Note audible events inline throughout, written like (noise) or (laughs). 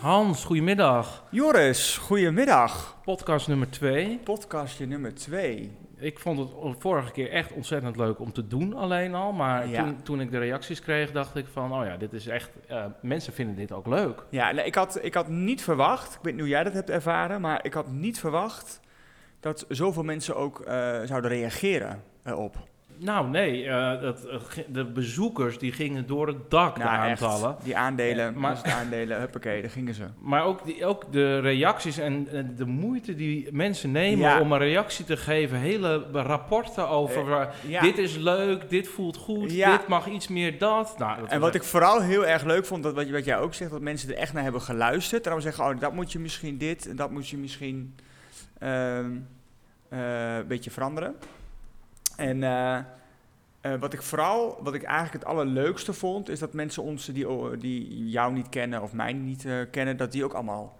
Hans, goedemiddag. Joris, goedemiddag. Podcast nummer 2. Podcastje nummer 2. Ik vond het vorige keer echt ontzettend leuk om te doen alleen al. Maar Ja. toen, toen ik de reacties kreeg, dacht ik van... oh ja, dit is echt... eh, mensen vinden dit ook leuk. Ja, nee, ik, had, ik had niet verwacht, ik weet niet hoe jij dat hebt ervaren, maar ik had niet verwacht dat zoveel mensen ook eh, zouden reageren erop. Nou nee, eh, dat, eh, ge- de bezoekers die gingen door het dak, de Nou, echt, aantallen. Die aandelen, Ja, maar- maar... aandelen, huppakee, daar gingen ze. Maar ook, die, ook de reacties en en de moeite die mensen nemen Ja. om een reactie te geven. Hele rapporten over... Eh, waar- Ja. Dit is leuk, dit voelt goed, Ja. dit mag iets meer dat. Nou, dat en was wat ik vooral heel erg leuk vond, dat wat, wat jij ook zegt, dat mensen er echt naar hebben geluisterd. Daarom zeggen, oh, dat moet je misschien dit en dat moet je misschien ehm, eh, een beetje veranderen. En eh, eh, wat ik vooral, wat ik eigenlijk het allerleukste vond, is dat mensen ons die, o- die jou niet kennen of mij niet eh, kennen, dat die ook allemaal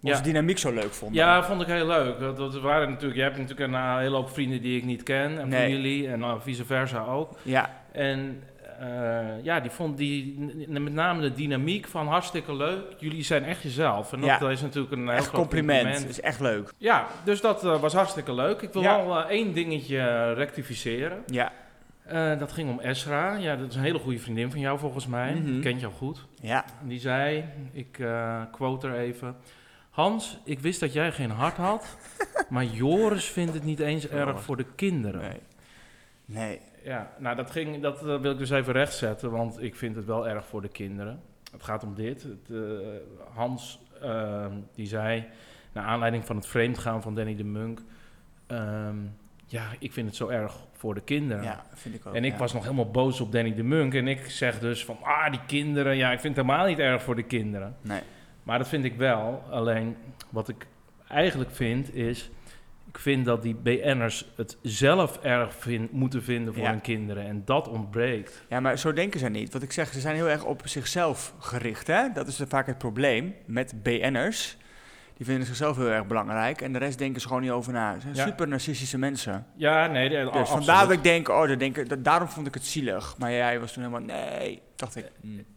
onze Ja. dynamiek zo leuk vonden. Ja, vond ik heel leuk. Dat, dat waren natuurlijk, je hebt natuurlijk een eh, hele hoop vrienden die ik niet ken. En Nee. familie en eh, vice versa ook. ja, En eh, ja, die vond die, n- n- met name de dynamiek van hartstikke leuk. Jullie zijn echt jezelf. En dat Ja. is natuurlijk een heel echt groot compliment. Dat is echt leuk. Ja, dus dat eh, was hartstikke leuk. Ik wil Ja. wel eh, één dingetje eh, rectificeren. Ja, Eh, dat ging om Esra. Ja, dat is een hele goede vriendin van jou volgens mij. Mhm. Kent jou goed. ja. En Die zei, ik eh, quote er even. Hans, ik wist dat jij geen hart (laughs) had, maar Joris vindt het niet eens erg voor de kinderen. Nee. Nee. Ja, nou dat, ging, dat eh, wil ik dus even rechtzetten, want ik vind het wel erg voor de kinderen. Het gaat om dit. Het, eh, Hans, ehm, die zei, naar aanleiding van het vreemdgaan van Danny de Munk... ehm, ja, ik vind het zo erg voor de kinderen. Ja, vind ik ook. En ik ja. was nog helemaal boos op Danny de Munk. En ik zeg dus van, ah, die kinderen. Ja, ik vind het helemaal niet erg voor de kinderen. Nee. Maar dat vind ik wel. Alleen, wat ik eigenlijk vind is... Ik vind dat die BN'ers het zelf erg vin- moeten vinden voor Ja. hun kinderen. En dat ontbreekt. Ja, maar zo denken zij niet. Wat ik zeg, ze zijn heel erg op zichzelf gericht. Hè? Dat is vaak het probleem met BN'ers. Die vinden zichzelf heel erg belangrijk. En de rest denken ze gewoon niet over na. Ze zijn Ja. super narcistische mensen. Ja, nee, de, Dus vandaar dat ik denk, oh, dat denk ik- dat- daarom vond ik het zielig. Maar jij was toen helemaal, nee, dacht ik.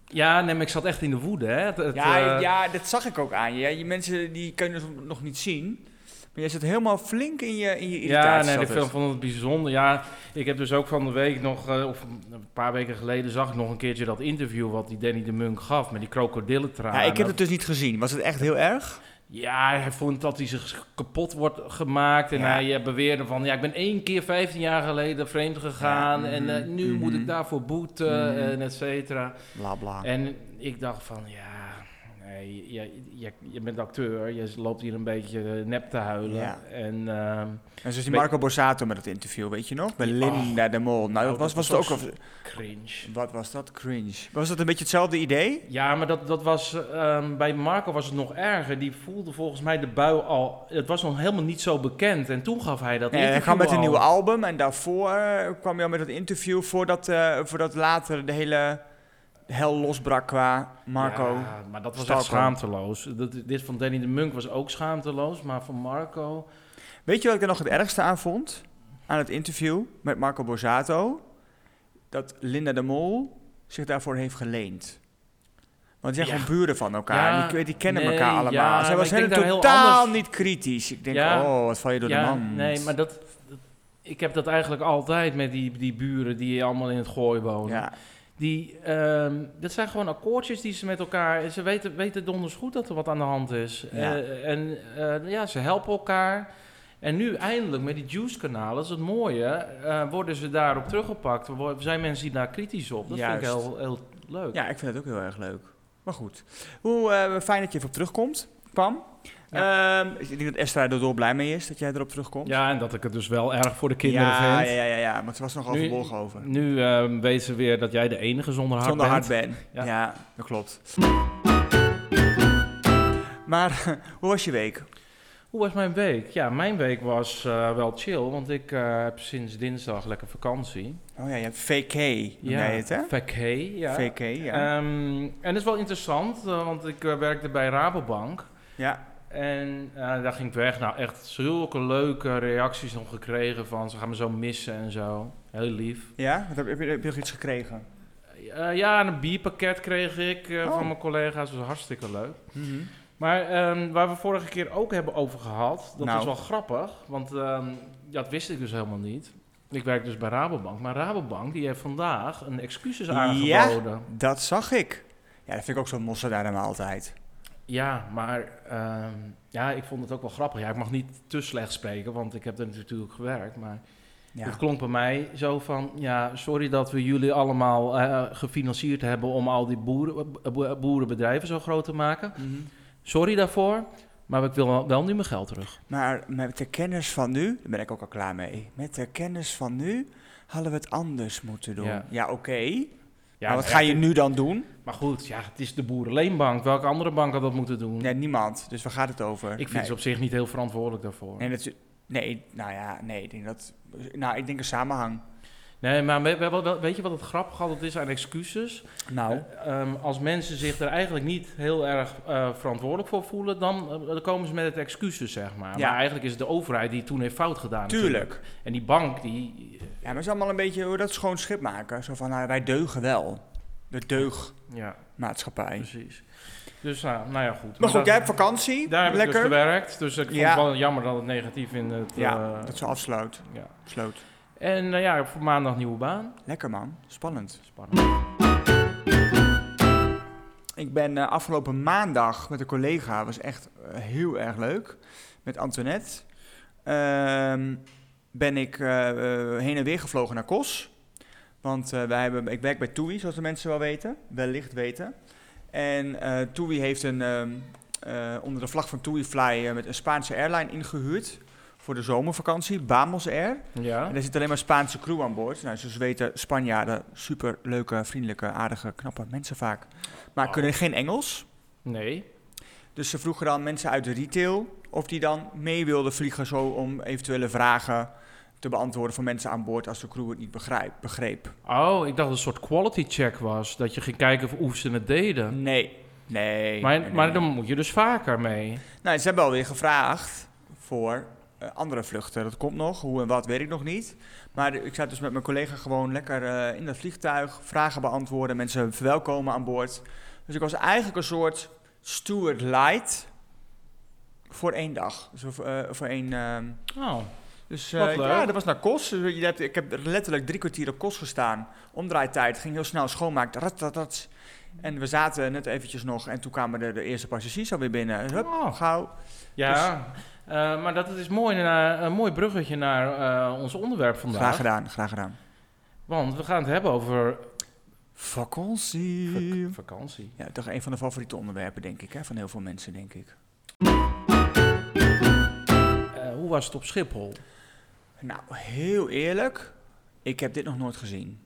Ja, nee, maar ik zat echt in de woede, hè. Het, het, ja, mm. eh, ja, dat zag ik ook aan je. Ja, je mensen, die kunnen het nog niet zien. Maar jij zit helemaal flink in je, in je Ja, irritatie. nee, ik zat dus. het. vind- vond het bijzonder. Ja, ik heb dus ook van de week nog, eh, of een paar weken geleden, zag ik nog een keertje dat interview wat die Danny de Munk gaf met die krokodillentranen. ja, ik heb het dus niet gezien. Was het echt heel erg? Ja, hij vond dat hij zich kapot wordt gemaakt en Ja. hij eh, beweerde van, ja, ik ben één keer 15 jaar geleden vreemd gegaan Ja, en mhm, eh, nu mhm. moet ik daarvoor boeten Mhm. en et cetera. Bla, bla. En ik dacht van, ja, nee, je, je, je bent acteur, je loopt hier een beetje eh, nep te huilen Ja. en... ehm, En zoals die Weet- Marco Borsato met het interview, weet je nog? Bij Ja, Linda de Mol. Nou, dat Oh, was, dat was het ook... was al- cringe. Wat was dat cringe? Was dat een beetje hetzelfde idee? Ja, maar dat, dat was, ehm, bij Marco was het nog erger. Die voelde volgens mij de bui al. Het was nog helemaal niet zo bekend. En toen gaf hij dat Nee, hij interview kwam Eh, met een al. nieuw album en daarvoor eh, kwam je al met dat interview voordat, eh, voordat later de hele hel losbrak qua Marco. Ja, maar dat was echt Stalker. schaamteloos. Dat, dit van Danny de Munk was ook schaamteloos. Maar van Marco... Weet je wat ik er nog het ergste aan vond? Aan het interview met Marco Borsato. Dat Linda de Mol zich daarvoor heeft geleend. Want die zijn Ja. gewoon buren van elkaar. Ja, die, die kennen nee, elkaar allemaal. ja, Zij maar was ik denk helemaal daar heel totaal anders- niet kritisch. Ik denk, Ja. oh, wat val je door de ja, man. nee, maar dat, dat- Ik heb dat eigenlijk altijd met die, die buren die allemaal in het gooi wonen. Ja, Die, ehm, dat zijn gewoon akkoordjes die ze met elkaar... en Ze weten, weten donders goed dat er wat aan de hand is. Ja. Eh, en eh, ja, ze helpen elkaar. En nu eindelijk met die Juice-kanalen, dat is het mooie... eh, worden ze daarop teruggepakt. Er wo- zijn mensen die daar kritisch op. Dat Juist. vind ik heel, heel leuk. ja, ik vind het ook heel erg leuk. Maar goed. Hoe eh, fijn dat je erop terugkomt, Pam. Ehm, ik denk dat Esther er door blij mee is dat jij erop terugkomt. Ja, en dat ik het dus wel erg voor de ja, ja, ja, ja, maar het was nog Nu- overwogen over. Nu ehm weet ze weer dat jij de enige zonder hart Zonder bent. hard ben. Ja. Ja. dat klopt. Maar (laughs) hoe was je week? Hoe was mijn week? Ja, mijn week was eh, wel chill, want ik eh, heb sinds dinsdag lekker vakantie. Oh ja, je hebt VK, noem ja, jij het hè? Vacay, ja. VK, ja. Ehm, en dat is wel interessant, eh, want ik eh, werkte bij Rabobank. ja. En eh, daar ging ik weg. Nou, echt zulke leuke reacties nog gekregen van ze gaan me zo missen en zo. Heel lief. Ja? Wat heb, heb, je, heb je nog iets gekregen? Eh, Eh, ja, een bierpakket kreeg ik eh, Oh. van mijn collega's. Dat was hartstikke leuk. Mhm. Maar ehm, waar we vorige keer ook hebben over gehad, dat Nou. is wel grappig, want ehm, dat wist ik dus helemaal niet. Ik werk dus bij Rabobank, maar Rabobank die heeft vandaag een excuses Ja? aangeboden. Ja, Dat zag ik. Ja, dat vind ik ook zo'n mossen daar dan altijd. maar ehm, ja, ik vond het ook wel grappig. Ja, ik mag niet te slecht spreken, want ik heb er natuurlijk gewerkt, maar Ja. het klonk bij mij zo van, ja, sorry dat we jullie allemaal eh, gefinancierd hebben om al die boeren, bo- boerenbedrijven zo groot te maken. Mhm. Sorry daarvoor, maar ik wil wel- wel nu mijn geld terug. Maar met de kennis van nu, daar ben ik ook al klaar mee. Met de kennis van nu hadden we het anders moeten doen. Ja, Ja. oké. Ja, maar wat nou ga ja, je nu dan doen? Maar goed, ja, het is de Boerenleenbank. Welke andere bank had dat moeten doen? Nee, niemand. Dus waar gaat het over? ik vind nee. ze op zich niet heel verantwoordelijk daarvoor. Nee, Nee, dat, nee, nou ja, nee. Ik denk dat. Nou, ik denk een samenhang. maar we, we hebben wel- weet je wat het grappig altijd is aan excuses? Nou. Eh, ehm, als mensen zich er eigenlijk niet heel erg eh, verantwoordelijk voor voelen, dan, eh, dan komen ze met het excuses, zeg maar. Ja. Maar eigenlijk is het de overheid die toen heeft fout gedaan. natuurlijk. Tuurlijk. En die bank, die... eh, Ja, maar het is allemaal een beetje hoe dat schoon schip maken. Zo van, nou, wij deugen wel. De Ja, deugmaatschappij. precies. Dus nou, nou ja, goed. Maar goed, dat- jij hebt vakantie. Daar heb ik dus Lekker. gewerkt, dus ik vond Ja. het wel jammer dat het negatief in het... ja, eh, dat ze afsluit. ja. Sloot. En nou ja, voor maandag nieuwe baan. Lekker man, spannend. Spannend. Ik ben eh, afgelopen maandag met een collega, was echt eh, heel erg leuk, met Antoinette. Ehm, ben ik eh, eh, heen en weer gevlogen naar Kos. Want eh, wij hebben, ik werk bij TUI, zoals de mensen wel weten, wellicht weten. En eh TUI heeft een, ehm, eh, onder de vlag van TUI Fly eh, met een Spaanse airline ingehuurd voor de zomervakantie, Bamos Air. Ja. En er zit alleen maar Spaanse crew aan boord. Nou, zoals we weten, Spanjaarden, super leuke, vriendelijke, aardige, knappe mensen vaak. Maar Oh. kunnen geen Engels. Nee. Dus ze vroegen dan mensen uit de retail of die dan mee wilden vliegen zo om eventuele vragen te beantwoorden voor mensen aan boord als de crew het niet begrijp, begreep. Oh, ik dacht dat het een soort quality check was. Dat je ging kijken of hoe ze het deden. Nee. Nee. maar, nee, maar nee. dan moet je dus vaker mee. Nou, ze hebben alweer gevraagd voor eh, andere vluchten. Dat komt nog. Hoe en wat weet ik nog niet. Maar ik zat dus met mijn collega gewoon lekker eh, in dat vliegtuig. Vragen beantwoorden, mensen verwelkomen aan boord. Dus ik was eigenlijk een soort steward light voor één dag. Dus, voor- eh, voor één... ehm, Oh, dus Wat eh, ik- leuk. ja, dat was naar Kos. Dus je hebt, ik heb letterlijk drie kwartier op Kos gestaan. Omdraaitijd, ging heel snel schoonmaakt. Rat, rat, rat. En we zaten net eventjes nog en toen kwamen de, de eerste passagiers alweer binnen. Hup, Oh. gauw. ja. Eh, maar dat is mooi naar, een mooi bruggetje naar eh, ons onderwerp vandaag. Graag gedaan, graag gedaan. Want we gaan het hebben over Vakantie. vak- vakantie. Ja, toch een van de favoriete onderwerpen, denk ik, hè? van heel veel mensen, denk ik. Eh, hoe was het op Schiphol? Nou, heel eerlijk, ik heb dit nog nooit gezien.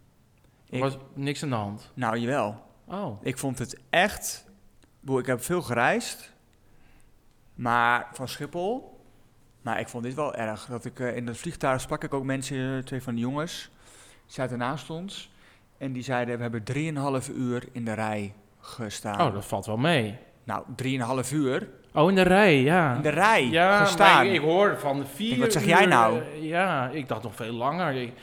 Ik- Was niks aan de hand? Nou, jawel. Oh, Ik vond het echt... ik bedoel, Ik heb veel gereisd, maar van Schiphol... Maar ik vond dit wel erg. Dat ik, eh, in dat vliegtuig sprak ik ook mensen, eh, twee van de jongens, die zaten naast ons. En die zeiden, we hebben 3,5 uur in de rij gestaan. oh dat valt wel mee. Nou, 3,5 uur Oh, in de rij, ja. in de rij ja, gestaan. maar ik, ik hoor van de vier Denk, wat zeg jij uur, nou? eh, ja, ik dacht nog veel langer. Ik-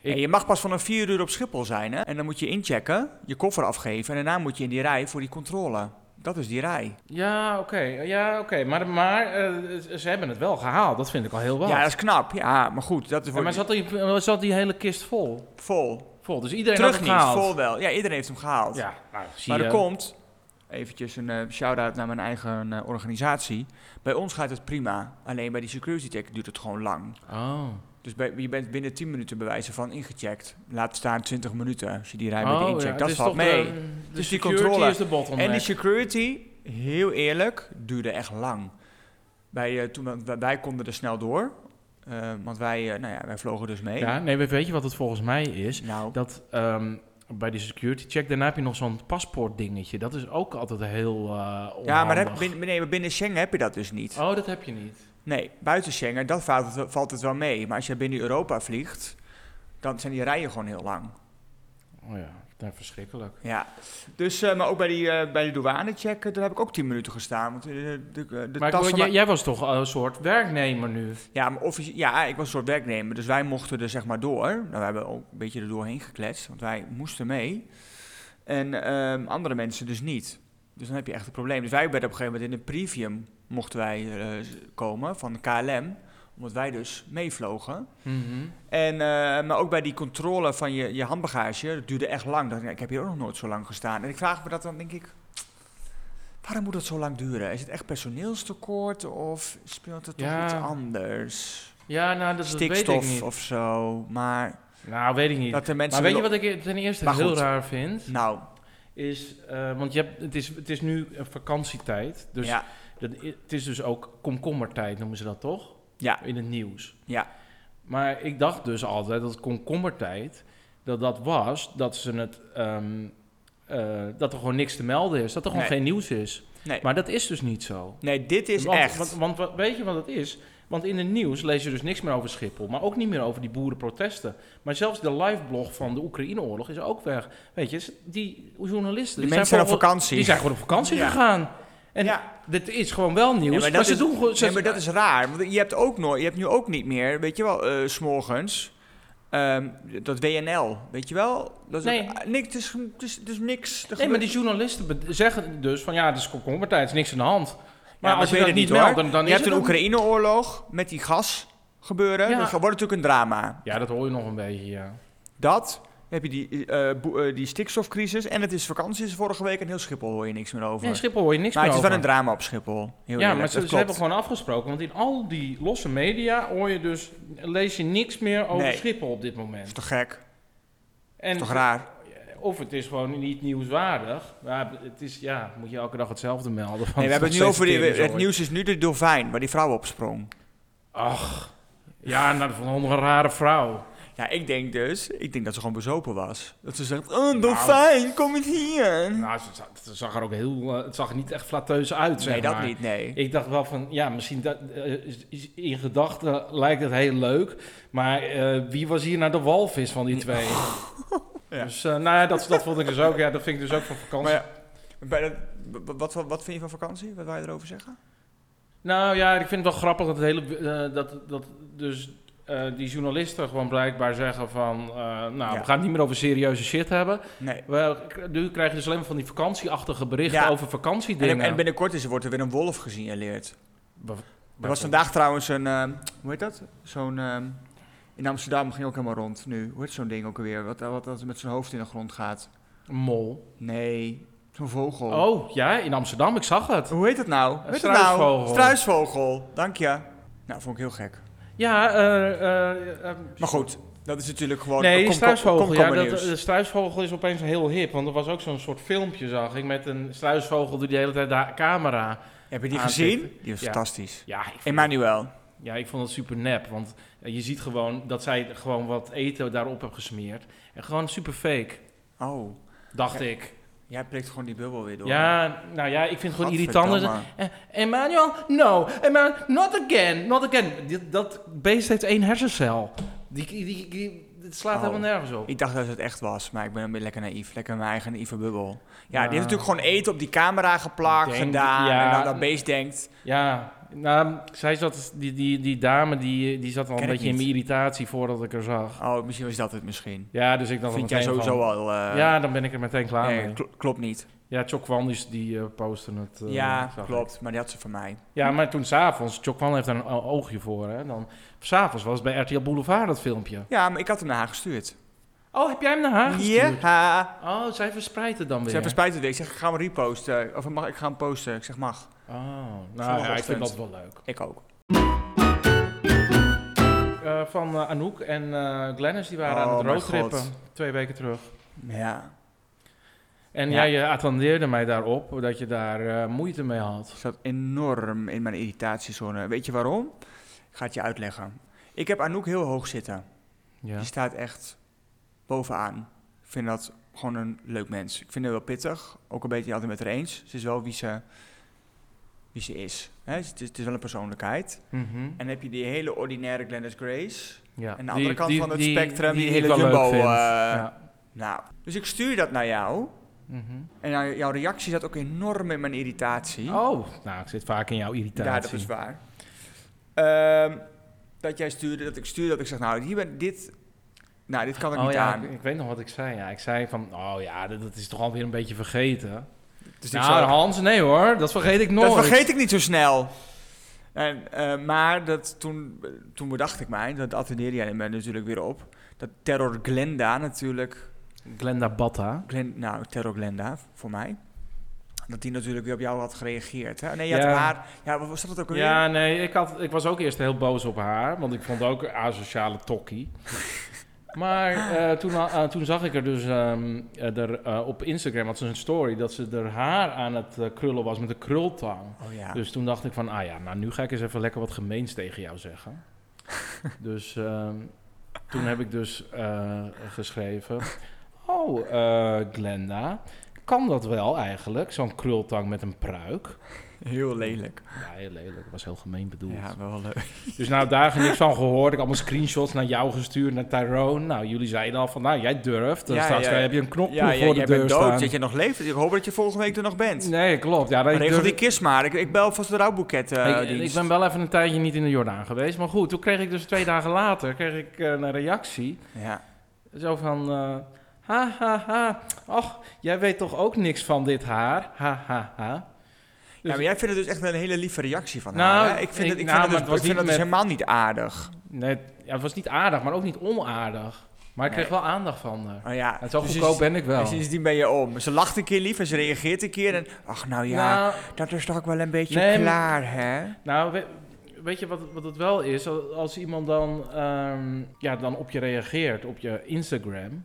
Ik- En je mag pas vanaf vier uur op Schiphol zijn, hè? En dan moet je inchecken, je koffer afgeven en daarna moet je in die rij voor die controle. Dat is die rij. Ja, oké. Ja, oké. Maar, maar eh, ze- ze hebben het wel gehaald. Dat vind ik al heel wat. Ja, dat is knap. Ja, maar goed, dat is Ja, voor maar zat die, zat die hele kist vol? vol. Vol. Dus iedereen Terug had niet, het gehaald. vol wel. Ja, iedereen heeft hem gehaald. Ja, nou, zie maar je. er komt, eventjes een eh, shout-out naar mijn eigen eh, organisatie. Bij ons gaat het prima, alleen bij die security check duurt het gewoon lang. Oh. Dus bij, je bent binnen 10 minuten bij wijze van ingecheckt. Laat staan 20 minuten als je die rij met oh, de ja, incheck. het dat is valt toch mee. De, de Dus die security controle. is de bottleneck. En die security, heel eerlijk, duurde echt lang. Wij, eh, toen, we- wij, wij konden er snel door, eh, want wij, eh, nou ja, wij vlogen dus mee. Ja, nee, weet- weet je wat het volgens mij is? Nou, Dat ehm, bij die security check, daarna heb je nog zo'n paspoortdingetje. Dat is ook altijd heel eh ja, maar onhandig. heb, binnen, nee, maar binnen Schengen heb je dat dus niet. Oh, dat heb je niet. Nee, buiten Schengen, dat valt het, valt het wel mee. Maar als je binnen Europa vliegt, dan zijn die rijen gewoon heel lang. Oh ja, dat is verschrikkelijk. Ja, dus, eh, maar ook bij die, eh, bij die douanecheck, eh, daar heb ik ook 10 minuten gestaan. Want eh, de, de, de maar ik tas bedoel, van jij, jij was toch eh, een soort werknemer nu? Ja, maar offici- ja, ik was een soort werknemer, dus wij mochten er zeg maar door. Nou, we hebben ook een beetje er doorheen gekletst, want wij moesten mee. En ehm, andere mensen dus niet. Dus dan heb je echt een probleem. Dus wij werden op een gegeven moment in een premium mochten wij eh, komen van KLM. Omdat wij dus meevlogen. Mhm. En, eh, maar ook bij die controle van je, je handbagage, dat duurde echt lang. Dat, ik heb hier ook nog nooit zo lang gestaan. En ik vraag me dat dan, denk ik, waarom moet dat zo lang duren? Is het echt personeelstekort of speelt het Ja. toch iets anders? Ja, nou, dat, dat weet ik Stikstof niet. of zo, maar Nou, weet ik niet. dat de maar mensen... weet je willen- wat ik ten eerste Maar heel goed. raar vind? Nou, Is, eh, want je hebt, het, is, het is nu eh, vakantietijd. Dus ja, dat, i- het is dus ook komkommertijd, noemen ze dat toch? Ja. In het nieuws. Ja. Maar ik dacht dus altijd dat komkommertijd, dat dat was dat ze het. ehm, eh, dat er gewoon niks te melden is. Dat er gewoon Nee. geen nieuws is. Nee. Maar dat is dus niet zo. nee, dit is want, echt... Want, want wat- weet je wat het is? Want in het nieuws lees je dus niks meer over Schiphol. Maar ook niet meer over die boerenprotesten. Maar zelfs de liveblog van de Oekraïne-oorlog is ook weg. Weet je, die journalisten. de die mensen zijn op gewoon- vakantie. Die zijn gewoon op vakantie Ja. gegaan. En ja. dit is gewoon wel nieuws. Ja, maar maar dat ze is- doen gewoon. ze- Nee, maar dat is raar. Want je hebt, ook nooit, je hebt nu ook niet meer, weet je wel, eh, 's morgens ehm, dat WNL, weet je wel? Dat is Nee. ook- niks, het is, het is, het is niks. Er Nee, maar gebeurt- die journalisten be- zeggen dus van ja, het is komkommertijd, er is niks aan de hand. Maar, maar als ik je weet dat het niet niet, meldt, hoor. dan, dan je is hebt een het ook- Oekraïne-oorlog met die gas gebeuren. dus Ja. Dat wordt natuurlijk een drama. Ja, dat hoor je nog een beetje, ja. Dat, dan heb je die, eh, boe- eh, die stikstofcrisis en het is vakantie is vorige week en heel Schiphol hoor je niks meer over. Nee, Schiphol hoor je niks maar meer het is wel over. een drama op Schiphol. Heel Ja, eerlijk, maar ze, dat ze hebben klopt. gewoon afgesproken. Want in al die losse media hoor je dus, lees je niks meer over Nee. Schiphol op dit Dat is moment. toch gek? En Toch raar? of het is gewoon niet nieuwswaardig. Maar het is, ja, moet je elke dag hetzelfde melden. want Nee, we hebben het nu nog over die, steeds het tering, nieuws is nu de dolfijn waar die vrouw op sprong. Ach, ja, nou, dat vond ik een rare vrouw. Ja, ik denk dus, ik denk dat ze gewoon bezopen was. Dat ze zegt, oh, een dolfijn, kom eens hier. Nou, ze za- het zag er ook heel, eh, het zag er niet echt flatteus uit, zeg Nee, dat maar. niet, nee. Ik dacht wel van, ja, misschien dat, eh, is- is- in gedachten lijkt het heel leuk, maar eh, wie was hier naar de walvis van die twee? (laughs) Ja. Dus, eh, nou ja, dat, dat vond ik dus ook, ja, dat vind ik dus ook van vakantie. Maar ja, bij dat, w- wat, wat, wat vind je van vakantie? Wat wil je erover zeggen? Nou ja, ik vind het wel grappig dat het hele, eh, dat, dat dus eh, die journalisten gewoon blijkbaar zeggen van, eh, nou, Ja. we gaan het niet meer over serieuze shit hebben. Nee. We, nu krijg je dus alleen maar van die vakantieachtige berichten Ja. over En, vakantiedingen. en binnenkort is, wordt er weer een wolf gesignaleerd. Wa- Er was vandaag trouwens een, ehm, hoe heet dat? Zo'n, ehm, in Amsterdam ging ook helemaal rond nu. Hoe heet zo'n ding ook alweer? Wat, wat, wat met zijn hoofd in de grond gaat. Een mol. Nee, zo'n vogel. Oh, ja, in Amsterdam, ik zag het. Hoe heet dat nou? Hoe heet dat struisvogel. nou? Struisvogel. Dank je. Nou, vond ik heel gek. Ja, eh, eh, eh, Maar goed, dat is natuurlijk gewoon... nee, kom- struisvogel. kom- Ja, dat, komkommernieuws. de struisvogel is opeens heel hip. Want er was ook zo'n soort filmpje, zag ik, met een struisvogel die de hele tijd de camera... Heb je die aanzetten. gezien? Die was Ah, Ja. fantastisch. Ja, ik vond, Emmanuel. ja, ik vond dat super nep. Want eh, je ziet gewoon dat zij gewoon wat eten daarop heeft gesmeerd. En gewoon super fake, Oh, dacht Ja, ik. jij prikt gewoon die bubbel weer door. Ja, nou ja, ik vind het gewoon irritant. Gadverdamme. dat- Eh, Emmanuel, no. Emmanuel, not again, not again. Dit- dat beest heeft één hersencel. Die, die, die, die- het slaat Oh. helemaal nergens op. Ik dacht dat het echt was, maar ik ben een beetje lekker naïef. Lekker mijn eigen naïeve bubbel. Ja, Ja. die heeft natuurlijk gewoon eten op die camera geplakt, Ik denk- gedaan. ja. En dan dat beest denkt... Ja, nou, zij zat, die, die, die dame die, die zat al een Ken ik beetje in niet. mijn irritatie voordat ik haar zag. Oh, misschien was dat het misschien. Ja, dus ik dacht Vind er jij meteen sowieso van, al... eh, Ja, dan ben ik er meteen klaar nee, mee. kl- klopt niet. Ja, Chokwan die, die eh, posten het. eh, ja, zag ik. klopt. Maar die had ze van mij. Ja, maar toen s'avonds, Chokwan heeft daar een o- oogje voor. Hè, dan, s'avonds was het bij RTL Boulevard dat filmpje. Ja, maar ik had hem naar haar gestuurd. Oh, heb jij hem naar haar gestuurd? Ja. Oh, zij verspreidt het dan weer. Ze hebben spijt het weer. Ik zeg, ik ga hem reposten. Of mag, ik ga hem posten. Ik zeg, mag. Oh, nou ja, ik Zondagochtend. vind dat wel leuk. Ik ook. Eh, van eh, Anouk en eh Glennis, die waren Oh, aan het mijn roadtrippen God. twee weken terug. Ja. En Ja. jij eh, attendeerde mij daarop dat je daar eh, moeite mee had. Ik zat enorm in mijn irritatiezone. Weet je waarom? Ik ga het je uitleggen. Ik heb Anouk heel hoog zitten. Ja. Die staat echt bovenaan. Ik vind dat gewoon een leuk mens. Ik vind haar wel pittig. Ook een beetje niet altijd met haar eens. Ze is wel wie ze, wie ze is. Hè, het, is. Het is wel een persoonlijkheid. Mhm. En dan heb je die hele ordinaire Glennis Grace. ja. En de andere kant van het spectrum, die, ik hele wel leuk jumbo. vind. eh, ja. Nou, dus ik stuur dat naar jou. Mhm. En jou- jouw reactie zat ook enorm in mijn irritatie. Oh, nou, ik zit vaak in jouw irritatie. Ja, dat is waar. Ehm, dat jij stuurde, dat ik stuurde, dat ik zeg, nou, hier ben, dit Nou, dit kan ik oh, niet ja, aan. Ik, ik weet nog wat ik zei. Ja. Ik zei van, oh ja, dat, dat is toch alweer een beetje vergeten. Dus ik nou, zal- Hans, nee hoor, dat vergeet ik nooit. Dat vergeet ik niet zo snel. En, eh, maar dat, toen, toen bedacht ik mij, dat attendeerde jij me natuurlijk weer op, dat Terror Glenda natuurlijk, Glenda Batta. Glen, nou Terror Glenda voor mij, dat die natuurlijk weer op jou had gereageerd. Hè? Nee, je Ja. had haar, ja, wat was dat ook alweer? Ja, nee, ik, had, ik was ook eerst heel boos op haar, want ik vond haar ook een asociale (laughs) tokkie. Maar eh, toen, eh, toen zag ik er dus ehm, eh, er, eh, op Instagram, had ze een story, dat ze er haar aan het eh, krullen was met een krultang. Oh ja. Dus toen dacht ik van, ah ja, nou nu ga ik eens even lekker wat gemeens tegen jou (laughs) zeggen. dus ehm, toen heb ik dus eh, geschreven, oh eh, Glenda, kan dat wel eigenlijk, zo'n krultang met een pruik? Heel lelijk. Ja, heel lelijk, was heel gemeen bedoeld. Ja, wel leuk. Dus nou, daar heb ik niks van gehoord. Ik heb allemaal screenshots naar jou gestuurd, naar Tyrone. Nou, jullie zeiden al van, nou, jij durft. Dan Ja, straks ja. heb je een knop Ja, ja, voor jij de deur bent dood staan. dat je nog leeft. Ik hoop dat je volgende week er nog bent. Nee, klopt. Ja, dat ik, Regel durf- die kist maar. Ik, ik bel vast de rouwboeket. eh, ik, ik dienst. ben wel even een tijdje niet in de Jordaan geweest. Maar goed, toen kreeg ik dus twee dagen later kreeg ik, eh, een reactie. Ja. Zo van, eh, ha, ha, ha. Och, jij weet toch ook niks van dit haar? Ha, ha, ha. ja, maar jij vindt het dus echt een hele lieve reactie van Nou, haar. hè? Ik vind ik- het, nou, ik vind maar het, het dus, was ik niet vind het dus met- helemaal niet aardig. Nee, ja, het was niet aardig, maar ook niet onaardig. Maar ik Nee. kreeg wel aandacht van haar. Oh ja. En zo dus goedkoop sinds- ben ik wel. en sindsdien ben je om. Ze lacht een keer lief en ze reageert een keer. En ach, nou ja, Nou, dat is toch ook wel een beetje Nee, maar- klaar, hè? Nou, we- weet je wat, wat het wel is? Al- Als iemand dan, ehm, ja, dan op je reageert, op je Instagram,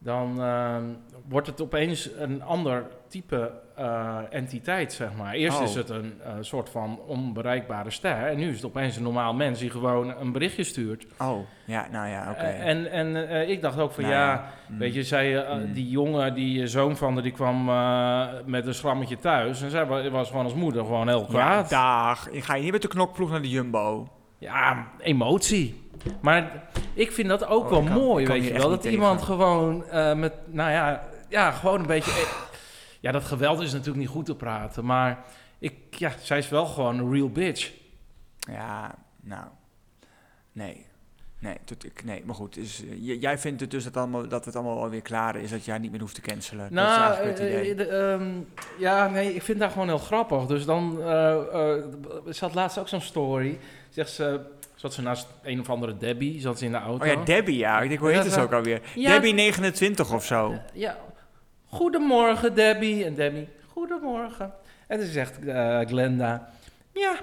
dan ehm, wordt het opeens een ander type eh, entiteit, zeg maar. Eerst Oh. is het een eh, soort van onbereikbare ster en nu is het opeens een normaal mens die gewoon een berichtje stuurt. Oh, ja, nou ja, oké. Eh, en en eh, ik dacht ook van Nou ja. Mm. Weet je, zij, eh, Mm. die jongen, die eh, zoon van haar, die kwam eh, met een schrammetje thuis. En zij wa- was gewoon als moeder gewoon heel Ja, kwaad. dag. Ga je niet met de knokploeg naar de Jumbo? Ja, emotie. Maar ik vind dat ook Oh, wel ik kan- mooi, ik kan weet hier je echt wel. niet Dat tegen. iemand gewoon eh, met, nou ja, ja, gewoon een beetje... eh, ja, dat geweld is natuurlijk niet goed te praten, maar ik, ja, zij is wel gewoon een real bitch. Ja, nou. Nee. Nee, tot ik, nee, maar goed. Dus, eh, j- jij vindt het dus dat, allemaal, dat het allemaal alweer klaar is, dat jij niet meer hoeft te cancelen. dat is nou, eigenlijk het eh, idee. eh, de, ehm, ja, nee, ik vind dat gewoon heel grappig. Dus dan, eh, eh, ze had laatst ook zo'n story, zegt ze... Zat ze naast een of andere Debbie, zat ze in de auto. oh ja, Debbie, ja. Ik denk, hoe heet Ja, het dat- ook alweer? Ja. Debbie 29 of zo. Eh, Ja, goedemorgen Debbie. En Debbie, goedemorgen. En dan zegt eh, Glenda, ja,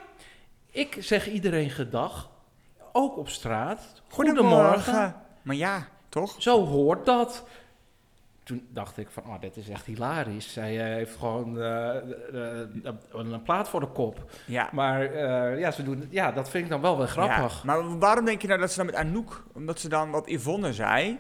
ik zeg iedereen gedag, ook op straat. Maar ja, toch? Zo hoort dat. Toen dacht ik van, oh, dit is echt hilarisch. Zij eh, heeft gewoon eh, eh, eh, een plaat voor de kop. Ja. Maar eh, ja, ze doen, ja, dat vind ik dan wel weer grappig. Ja. Maar waarom denk je nou dat ze dan met Anouk, omdat ze dan wat Yvonne zei,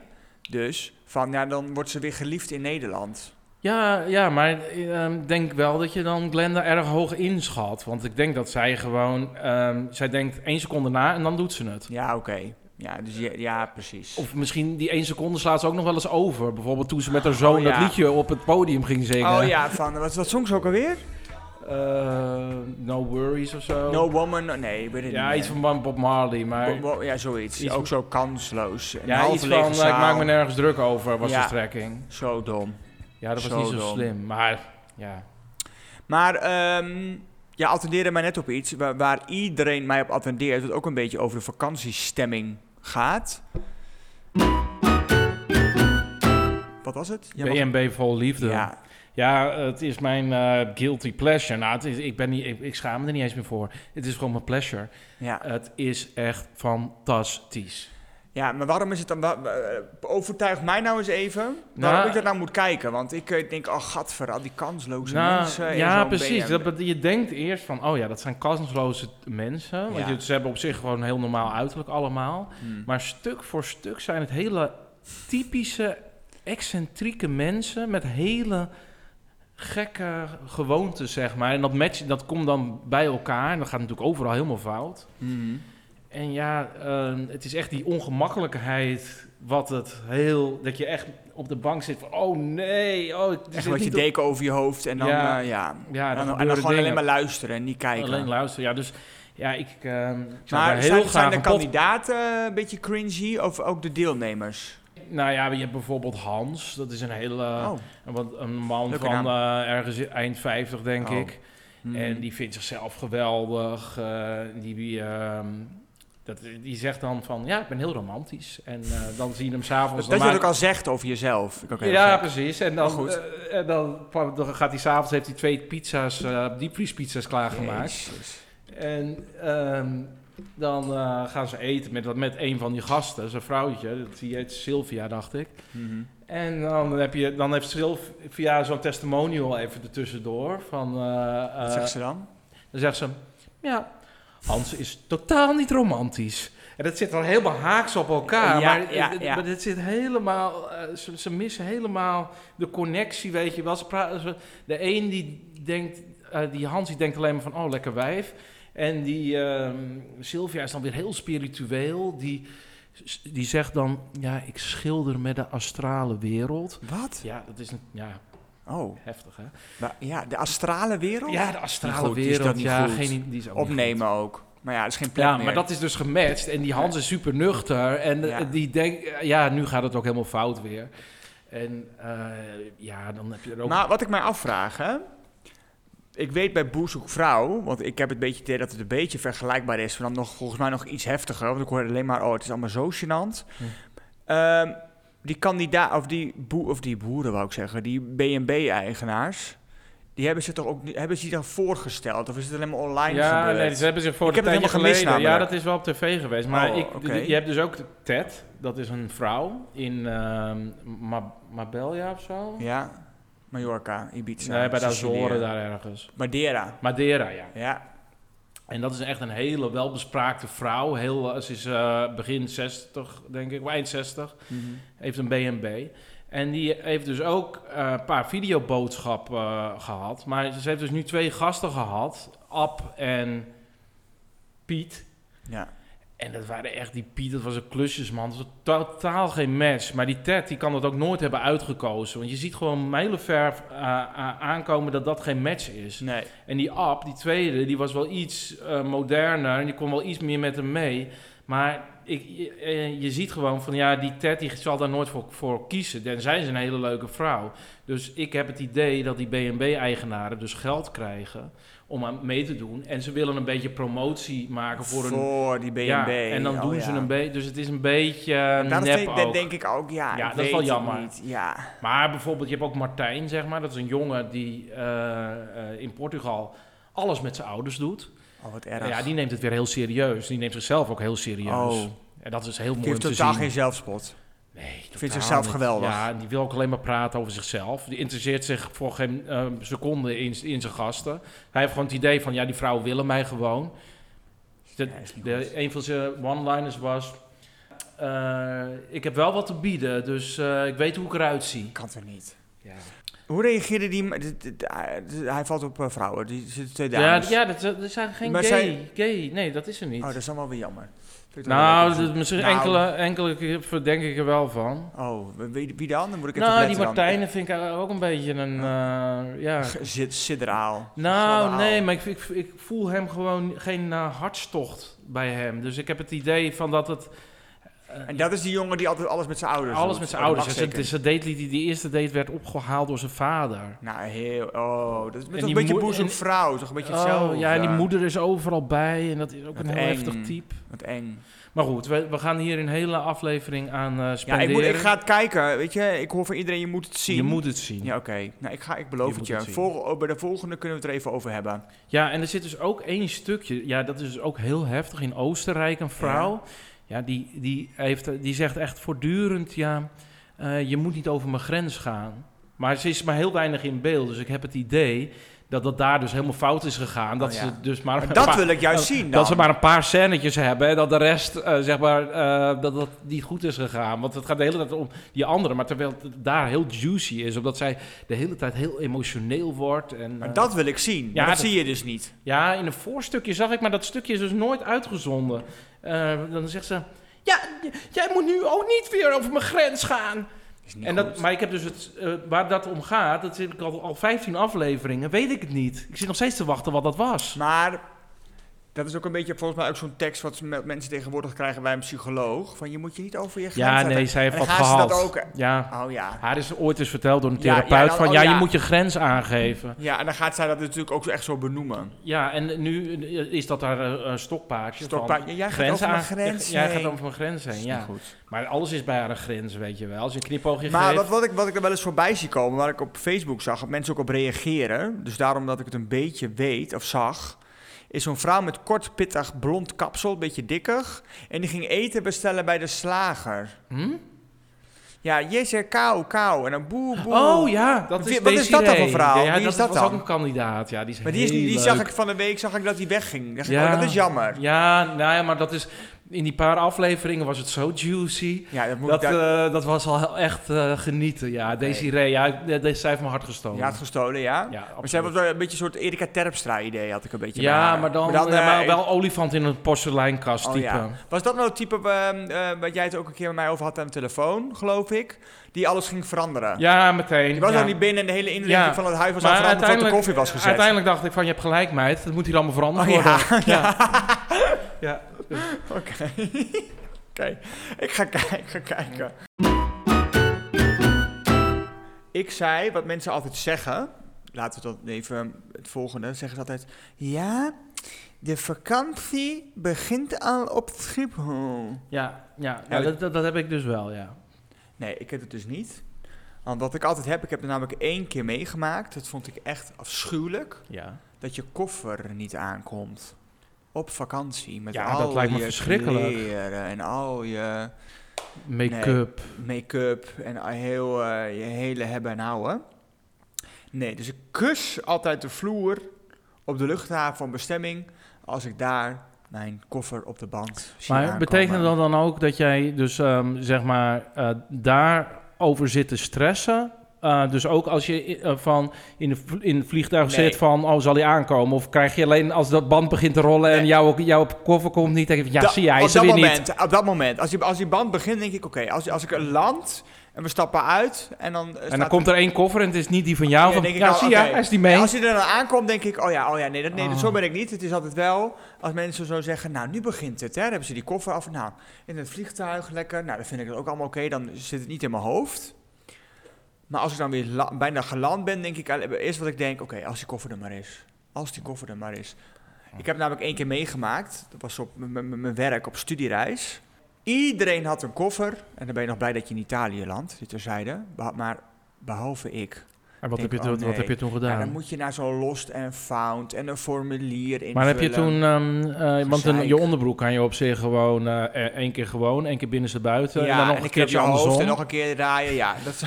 dus van ja, dan wordt ze weer geliefd in Nederland. Ja, ja maar ik denk wel dat je dan Glenda erg hoog inschat. Want ik denk dat zij gewoon... ehm, zij denkt één seconde na en dan doet ze het. Ja, oké. Ja, dus ja, ja, precies. Of misschien die één seconde slaat ze ook nog wel eens over. Bijvoorbeeld toen ze met haar zoon Oh, ja. dat liedje op het podium ging zingen. oh ja, van wat, wat zong ze ook alweer? Eh, no Worries of zo. No Woman, no- nee, ik weet het niet. ja, meer. iets van Bob Marley. Maar Bo- bo- ja, zoiets. Iets- ook zo kansloos. Een ja, half iets van lege eh, ik zaal. maak me nergens druk over was Ja. de strekking. Zo dom. Ja, dat was Zo niet zo dom. slim. Maar ja. Maar ehm je attendeerde mij net op iets waar, waar iedereen mij op attendeert. Wat ook een beetje over de vakantiestemming gaat. Wat was het? Jij mag- BNB vol liefde. Ja, Ja, het is mijn eh, guilty pleasure. Nou, het is, ik, ben niet, ik, ik schaam me er niet eens meer voor. Het is gewoon mijn pleasure. ja. Het is echt fantastisch. ja, maar waarom is het dan... wa- wa- eh, Overtuig mij nou eens even waarom Nou, ik dat nou moet kijken. Want ik eh, denk, oh gadver, al die kansloze Nou, mensen. en ja, zo'n precies. BNB. Dat, bet- je denkt eerst van, oh ja, dat zijn kansloze t- mensen. Want Ja. je- ze hebben op zich gewoon een heel normaal uiterlijk allemaal. Hmm. Maar stuk voor stuk zijn het hele typische, excentrieke mensen met hele gekke gewoontes, zeg maar. En dat, match, dat komt dan bij elkaar en dat gaat natuurlijk overal helemaal fout. Mhm. En ja, ehm, het is echt die ongemakkelijkheid wat het heel... Dat je echt op de bank zit van, oh nee, oh... ik- dit Echt zit wat je niet op- deken over je hoofd en dan... Ja. eh, ja. Ja, en dan, dan, en gebeuren dan gewoon alleen dingen. maar luisteren en niet kijken. Alleen luisteren, ja. Dus Ja, ik, ehm ik zou daar Maar heel zijn, graag zijn de een pod- kandidaten eh, een beetje cringy of ook de deelnemers? Nou ja, je hebt bijvoorbeeld Hans. Dat is een hele... oh. een wat- Een man Leuke van eh, ergens eind 50, denk Oh. ik. Hmm. En die vindt zichzelf geweldig. eh, die, die, ehm, dat, die zegt dan van, ja, ik ben heel romantisch. En eh, dan zie je hem s'avonds... dat je dat ook al zegt over jezelf. Vind ik ook heel Ja, gek. precies. En dan, Maar goed. eh, en dan, kwam- dan gaat hij s'avonds, heeft hij twee pizza's, eh diepvriespizza's klaargemaakt. Jezus. En ehm, dan eh, gaan ze eten met, wat- met een van die gasten, zijn vrouwtje. Dat- Die heet Sylvia, dacht ik. Mhm. En dan, heb je, dan heeft Sylvia zo'n testimonial even ertussendoor. Van, eh, Wat eh, zegt ze dan? dan zegt ze, ja, Hans is totaal niet romantisch. En dat zit dan helemaal haaks op elkaar. Ja, maar, ja, het- ja. maar het zit helemaal, eh, ze, ze missen helemaal de connectie, weet je wel. Ze pra- ze- de een die denkt, eh, die Hans die denkt alleen maar van, oh, lekker wijf. En die ehm Sylvia is dan weer heel spiritueel. Die, die zegt dan, ja, ik schilder met de astrale wereld. Wat? Ja, dat is een, ja, Oh, heftig, hè? maar ja, de astrale wereld? Ja, de Niet astrale goed, die is wereld. dat niet ja, goed. geen, die is ook niet goed. Opnemen ook. Maar ja, dat is geen plek Ja, meer. maar dat is dus gematcht. En die Hans is super nuchter. En eh, Ja. die denkt, ja, nu gaat het ook helemaal fout weer. En eh, ja, dan heb je er ook... Maar Nou, wat ik mij afvraag, hè? Ik weet bij Boer zoekt vrouw, want ik heb het beetje het idee dat het een beetje vergelijkbaar is, maar dan nog, volgens mij nog iets heftiger. Want ik hoorde alleen maar, oh, het is allemaal zo gênant. Hm. Ehm, die kandidaat, of die, boer, of die boeren wou ik zeggen, die B&B-eigenaars, die hebben ze toch ook, niet- hebben ze die dan voorgesteld? Of is het alleen maar online ja, gebeurd? nee, ze hebben zich voor Ik een heb het tijdje helemaal gemist geleden... Ja, namelijk. dat is wel op tv geweest. Maar Oh, ik, oké. je hebt dus ook Ted. Dat is een vrouw in ehm Ma- Marbella of zo? Ja, Mallorca, Ibiza. nee, bij de Sicilië. Azoren daar ergens. Madeira, Madeira, ja. ja. En dat is echt een hele welbespraakte vrouw. Heel, eh, ze is eh, begin 60, denk ik, of eind 60. heeft een BNB. En die heeft dus ook eh, een paar videoboodschappen eh, gehad. Maar ze heeft dus nu twee gasten gehad. Ab en Piet. Ja, En dat waren echt die Piet, dat was een klusjesman. Dat was totaal geen match. Maar die Ted, die kan dat ook nooit hebben uitgekozen. Want je ziet gewoon mijlenver eh, a- aankomen dat dat geen match is. nee. En die app, die tweede, die was wel iets eh, moderner en die kon wel iets meer met hem mee. Maar ik, je, eh, je ziet gewoon van ja, die Ted die zal daar nooit voor, voor kiezen. En zij is een hele leuke vrouw. Dus ik heb het idee dat die BNB-eigenaren dus geld krijgen om aan mee te doen. En ze willen een beetje promotie maken voor, een. die B&B. Ja, en dan oh doen ze ja. een beetje. Dus het is een beetje eh, Dat nep denk, ook. dat denk ik ook, ja. Ja, ik dat is wel weet het jammer. Niet. Ja. Maar bijvoorbeeld, je hebt ook Martijn, zeg maar. Dat is een jongen die eh, eh, in Portugal alles met zijn ouders doet. Oh, wat erg. Ja, die neemt het weer heel serieus. Die neemt zichzelf ook heel serieus. Oh. En dat is heel Die mooi om heeft te totaal zien. geen zelfspot. Nee, totaal vindt zichzelf niet. geweldig. Ja, en die wil ook alleen maar praten over zichzelf. Die interesseert zich voor geen eh, seconde in, in zijn gasten. Hij heeft gewoon het idee van, ja, die vrouwen willen mij gewoon. De, Ja, is niet de- goed. een van zijn one-liners was... eh, ik heb wel wat te bieden, dus eh, ik weet hoe ik eruit zie. Kan toch niet. Ja, Hoe reageerde die... m- dit- dit- ah, dit- Hij valt op eh, vrouwen. Die zitten twee ja, dames. dat, dat zijn geen dus- Maar gay. zij- gay. Nee, dat is er niet. Oh, dat is dan wel weer jammer. Vind ik toch wel nou, lekker. dat- misschien Nou. enkele, enkele keer verdenk ik er wel van. Oh, wie, wie dan? Dan moet ik even Nou, die letten dan. Martijnen vind ik eh, ook een beetje een. eh, ja. (laughs) G- Zit sidderaal. Nou, Gladdehaal. nee, maar ik, ik, ik voel hem gewoon geen eh, hartstocht bij hem. Dus ik heb het idee van dat het. eh, En dat is die jongen die altijd alles met zijn ouders alles doet. met zijn Oh, dat ouders. mag Ze, zeker. ze date liet die, die eerste date werd opgehaald door zijn vader. Nou, heel... Oh, dat is toch die een beetje moe- boer zoekt en- vrouw. Toch een beetje eh, Oh, hetzelfde. ja, en die moeder is overal bij. En dat is ook Wat een heel eng. heftig type. Wat eng. Maar goed, we, we gaan hier een hele aflevering aan eh Ja, spenderen. ik, moet, ik ga het kijken. Weet je, ik hoor van iedereen, je moet het zien. Je moet het zien. Ja, oké. Nou, ik, ga, ik beloof Je het moet je. het zien. Vol- oh, bij de volgende kunnen we het er even over hebben. Ja, en er zit dus ook één stukje. Ja, dat is dus ook heel heftig. In Oostenrijk een vrouw. Ja, die, die, heeft, die zegt echt voortdurend: ja, eh, je moet niet over mijn grens gaan. Maar ze is maar heel weinig in beeld. Dus ik heb het idee dat dat daar dus helemaal fout is gegaan. Dat Oh, ja. ze dus maar. Maar een dat paar- wil ik juist dat- zien dan. Dat ze maar een paar scènetjes hebben. En dat de rest, eh, zeg maar, eh, dat dat niet goed is gegaan. Want het gaat de hele tijd om die andere. Maar terwijl het daar heel juicy is. Omdat zij de hele tijd heel emotioneel wordt. En, Maar eh, dat wil ik zien. Maar Ja, dat, dat- zie je dus niet. ja, in een voorstukje zag ik, maar dat stukje is dus nooit uitgezonden. Eh, dan zegt ze: Ja, j- jij moet nu ook niet weer over mijn grens gaan. Is niet En goed. dat, maar ik heb dus het, eh, waar dat om gaat, dat zit ik al, al 15 afleveringen, weet ik het niet. Ik zit nog steeds te wachten wat dat was. Maar Dat is ook een beetje volgens mij ook zo'n tekst wat me- mensen tegenwoordig krijgen bij een psycholoog. Van je moet je niet over je grenzen Ja, zetten. nee, zij heeft En dan wat gaan ze dat gehad. ook- Ja, Oh ja. haar is ooit eens verteld door een Ja, ja, therapeut dan- van, oh, ja, je ja. moet je grens aangeven. Ja, en dan gaat zij dat dus natuurlijk ook zo- echt zo benoemen. Ja, en nu eh, is dat haar eh, eh, stokpaardje. van Stokpaard, ja, jij gaat grenzen over mijn aan- grens Jij gaat heen. over mijn grens Dat heen, is ja. niet goed. Maar alles is bij haar een grens, weet je wel. Als je een knipoogje Maar geeft... wat, wat, ik, wat ik er wel eens voorbij zie komen, waar ik op Facebook zag, dat mensen ook op reageren. Dus daarom dat ik het een beetje weet of zag. Is zo'n vrouw met kort, pittig, blond kapsel, een beetje dikkig. En die ging eten bestellen bij de slager. Hm? Ja, jezus, kou, kou. En dan boe, boe. Oh ja, dat is Wie- wat is dat dan voor Desiree. verhaal? Ja, Wie dat is dat was dan? ook een kandidaat. Ja, die is Maar die, is, heel die zag leuk. ik van de week, zag ik dat die wegging. Dacht Ja. ik, oh, dat is jammer. Ja, nou ja, maar dat is... In die paar afleveringen was het zo juicy. Ja, dat moet Dat, ik daar- eh, dat was al heel- echt eh, genieten, ja. Nee. Desiree, ja, de- de- zij heeft mijn hart gestolen. ja, het gestolen, ja. Ja, maar ze absoluut. hebben wel een beetje een soort Erika Terpstra-idee, had ik een beetje. bij ja, haar. maar dan, eh, ja, maar wel olifant in een porseleinkast Oh, type. ja. Was dat nou het type ehm, eh, wat jij het ook een keer met mij over had aan de telefoon, geloof ik? Die alles ging veranderen. Ja, meteen. Die was ja. al niet binnen en de hele inrichting Ja. van het huis was al Maar veranderd voordat de uiteindelijk- koffie was gezet. Uiteindelijk dacht ik van, je hebt gelijk meid, dat moet hier allemaal veranderd Oh, (laughs) ja. worden. ja. ja. (laughs) Oké. Oké. Ik ga kijken, ik ga kijken. Ik zei wat mensen altijd zeggen. Laten we dat even het volgende. Zeggen ze altijd: Ja, de vakantie begint al op Schiphol. Ja, ja, Ja, ja dat, dat, dat heb ik dus wel, ja. Nee, ik heb het dus niet. Want wat ik altijd heb, ik heb het namelijk één keer meegemaakt. Dat vond ik echt afschuwelijk. Ja, Dat je koffer niet aankomt. Op vakantie. Met Ja, al dat lijkt me je verschrikkelijk. kleren en al je make-up. make-up en a- heel, eh, je hele hebben en houden. Nee, dus ik kus altijd de vloer op de luchthaven van bestemming als ik daar mijn koffer op de band zie Maar aankomen. betekent dat dan ook dat jij dus, ehm, zeg maar, eh, daarover zit te stressen? Eh, dus ook als je i- eh, van in, de, vl- in het vliegtuig Nee. zit van, oh, zal hij aankomen? Of krijg je alleen als dat band begint te rollen en Nee. jouw, jouw koffer komt niet, denk je van, ja, Da- zie je, hij op is er dat weer niet. moment, Op dat moment, als die, als die band begint, denk ik, oké, als, als ik land en we stappen uit en dan... eh, En staat dan er- komt er één koffer en het is niet die van jou. Ja, van, denk ik ja, al, zie je, oké. hij is die mee. Ja, als hij er dan aankomt, denk ik, oh ja, oh ja, nee, dat, nee dat- zo Oh. ben ik niet. Het is altijd wel, als mensen zo zeggen, nou, nu begint het, hè. Dan hebben ze die koffer af, nou, in het vliegtuig, lekker. Nou, dan vind ik dat ook allemaal oké, dan zit het niet in mijn hoofd. Maar als ik dan weer la- bijna geland ben, denk ik, al- eerst wat ik denk, oké, als die koffer er maar is. Als die koffer er maar is. Oh. Ik heb namelijk één keer meegemaakt, dat was op m- m- m- mijn werk op studiereis. Iedereen had een koffer, en dan ben je nog blij dat je in Italië landt, dit terzijde. Beha- Maar behalve ik. En wat, denk, heb je, oh, toen- wat nee. heb je toen Ja, dan gedaan? moet je naar zo'n lost en found en een formulier invullen. Maar heb je toen, ehm, eh, want een, Gezeik. je onderbroek kan je op zich gewoon eh, eh, één keer gewoon, één keer binnenste buiten ja, en eh, dan nog en een ik heb keertje je hoofd en andersom. nog een keer draaien. Ja, dat is,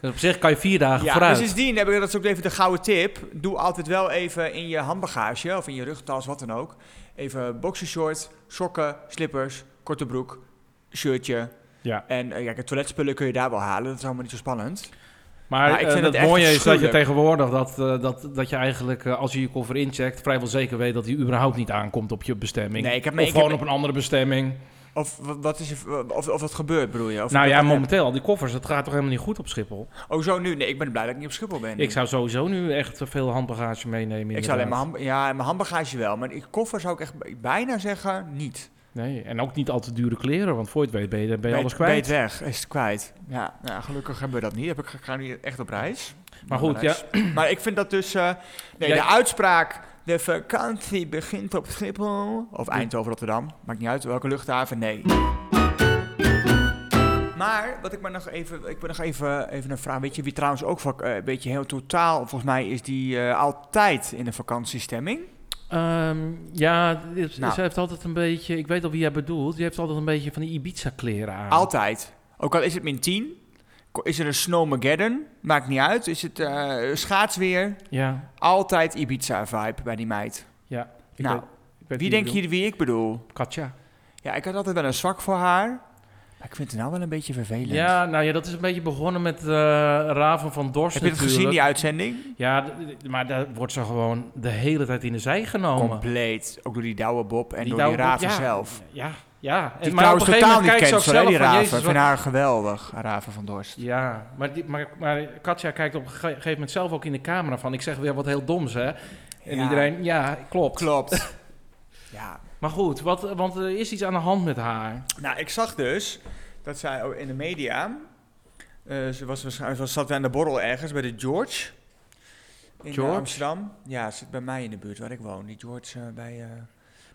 Dus op zich kan je vier dagen ja. vooruit. Dus sindsdien heb ik dat is ook even de gouden tip. Doe altijd wel even in je handbagage of in je rugtas, wat dan ook. Even boxershorts, sokken, slippers, korte broek, shirtje. Ja. En eh, ja, kijk, toiletspullen kun je daar wel halen. Dat is allemaal niet zo spannend. Maar, Maar Nou, ik eh, vind het het, echt mooie is dat je afschuwelijk. tegenwoordig dat, eh, dat, dat je eigenlijk eh, als je je koffer incheckt vrijwel zeker weet dat die überhaupt niet aankomt op je bestemming. Nee, ik heb me- of ik gewoon heb- op een andere bestemming. Of wa- wat is er- of, of dat gebeurt, bedoel je? Of nou ik ja, dat heb. momenteel, al die koffers, dat gaat toch helemaal niet goed op Schiphol? Oh, zo nu? Nee, ik ben blij dat ik niet op Schiphol ben. nu. Ik zou sowieso nu echt eh, veel handbagage meenemen. Ik zou alleen inderdaad. mijn, hand, ja, mijn handbagage wel, maar ik koffer zou ik echt b- bijna zeggen niet. Nee, en ook niet al te dure kleren, want voor je het weet ben je, ben je Bij- alles bij kwijt. het weg, is het kwijt. Ja, nou, gelukkig hebben we dat niet. Heb ik, ik ga nu echt op reis. Nou, Maar goed, ja. Maar ik vind dat dus... eh, nee, Jij- de uitspraak, de vakantie begint op Schiphol. Of Eindhoven, Rotterdam. Maakt niet uit welke luchthaven, nee. Maar, wat ik maar nog even, ik ben nog even, even een vraag. Weet je wie trouwens ook vak- eh, een beetje heel totaal, volgens mij is die eh, altijd in de vakantiestemming? Ehm, ja, dit- Nou. ze heeft altijd een beetje, ik weet al wie jij bedoelt, die heeft altijd een beetje van die Ibiza-kleren aan. Altijd. Ook al is het min 10, ko- is er een Snowmageddon, maakt niet uit. Is het eh, schaatsweer, Ja, altijd Ibiza-vibe bij die meid. ja. Ik Nou, weet- ik weet Wie je denk je wie ik bedoel? bedoelt. Katja. Ja, ik had altijd wel een zwak voor haar, maar ik vind het nou wel een beetje vervelend. Ja, nou ja, dat is een beetje begonnen met eh, Raven van Dorst Heb je het natuurlijk. gezien, die uitzending? Ja, d- d- maar daar wordt ze gewoon de hele tijd in de zij genomen. Compleet. Ook door die Douwe Bob en Oh, Die door Douwe die Bob, raven ja. zelf. Ja, ja. Die En- trouwens op een gegeven totaal niet moment kijkt ze ook cancelen, hè, zelf die van, raven. Jezus, ik wat- vind haar geweldig, raven van Dorst. Ja, maar, die, maar, maar Katja kijkt op een gege- gegeven moment zelf ook in de camera van... ik zeg weer wat heel doms, hè? En Ja. iedereen, ja, klopt. Klopt. Ja, Maar goed, wat, want er is iets aan de hand met haar. Nou, ik zag dus dat zij ook in de media. eh, ze was waarschijnlijk ze zat aan de borrel ergens bij de George. In eh, George? Amsterdam. Ja, zit bij mij in de buurt waar ik woon. Die George eh, bij. eh,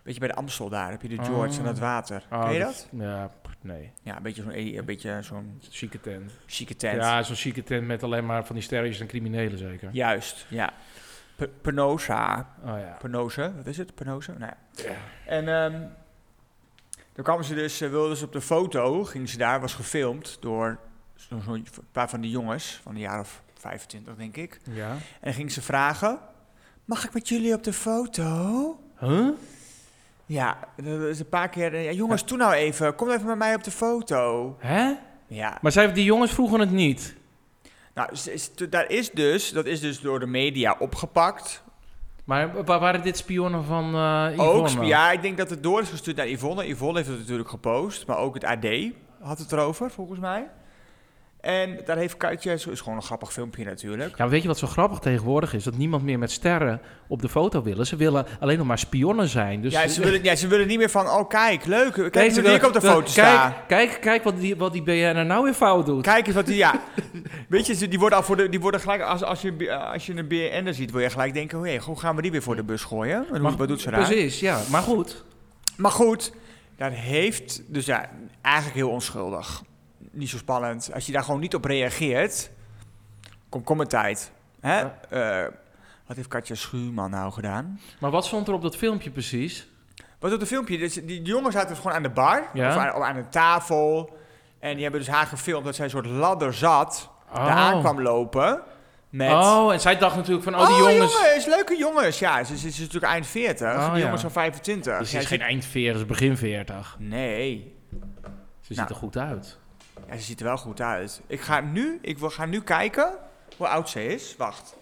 beetje bij de Amstel daar heb je de George Oh. en dat water. Oh, Ken je dat? Ja, pff, nee. Ja, een beetje zo'n e- een beetje zo'n Chique tent. chique tent. Ja, zo'n chique tent met alleen maar van die sterretjes en criminelen zeker. Juist, ja. P- Penosa. Oh ja. Penosa, wat is het? Penosa? Nou ja. Ja. En ehm toen kwamen ze dus, eh, wilden ze op de foto, gingen ze daar, was gefilmd door zo'n zo'n een paar van die jongens, van een jaar of 25 denk ik. Ja. En dan gingen ze vragen, mag ik met jullie op de foto? Huh? Ja, dat is een paar keer, eh, ja, jongens, doe nou even, kom even met mij op de foto. Hè? Ja, Maar zij, die jongens vroegen het niet. nou, ze- ze- daar is dus, dat is dus door de media opgepakt. Maar wa- waren dit spionnen van eh Yvonne? Ook, sp- ja, ik denk dat het door is gestuurd naar Yvonne. Yvonne heeft het natuurlijk gepost, maar ook het AD had het erover, volgens mij. En daar heeft Katja, zo is gewoon een grappig filmpje natuurlijk. Ja, weet je wat zo grappig tegenwoordig is? Dat niemand meer met sterren op de foto willen. Ze willen alleen nog maar spionnen zijn. Dus ja, ze willen, ja, ze willen niet meer van, oh kijk, leuk, kijk eens wie willen- ik op de willen- foto sta. kijk, kijk, kijk wat die, wat die BN'er nou weer fout doet. Kijk eens wat die, ja. (laughs) Weet je, ze- die worden, al voor de, die worden gelijk, als, als, je, eh, als je een BN'er ziet, wil je gelijk denken, hé, hoe gaan we die weer voor de bus gooien? En hoe, Maar- wat doet ze daar? Precies, ja. Maar goed. Maar goed, daar heeft, dus ja, eigenlijk heel onschuldig. Niet zo spannend. Als je daar gewoon niet op reageert, komt kommertijd. Hè? Ja. Eh, wat heeft Katja Schuurman nou gedaan? Maar wat stond er op dat filmpje precies? Wat op het filmpje, dus die jongens zaten dus gewoon aan de bar, Ja. of aan, of aan een tafel. En die hebben dus haar gefilmd dat zij een soort ladder zat, Oh. daar aan kwam lopen. Met, Oh, en zij dacht natuurlijk van, oh, die Oh, jongens... leuke jongens. Ja, ze, ze, ze is natuurlijk eind 40, Oh, die ja. jongens van 25. Dus ze Ja, is ze- geen eindveertig, begin veertig. Nee, Ze Nou. ziet er goed uit. Ja, ze ziet er wel goed uit. Ik ga nu, ik wil gaan nu kijken hoe oud ze is. Wacht.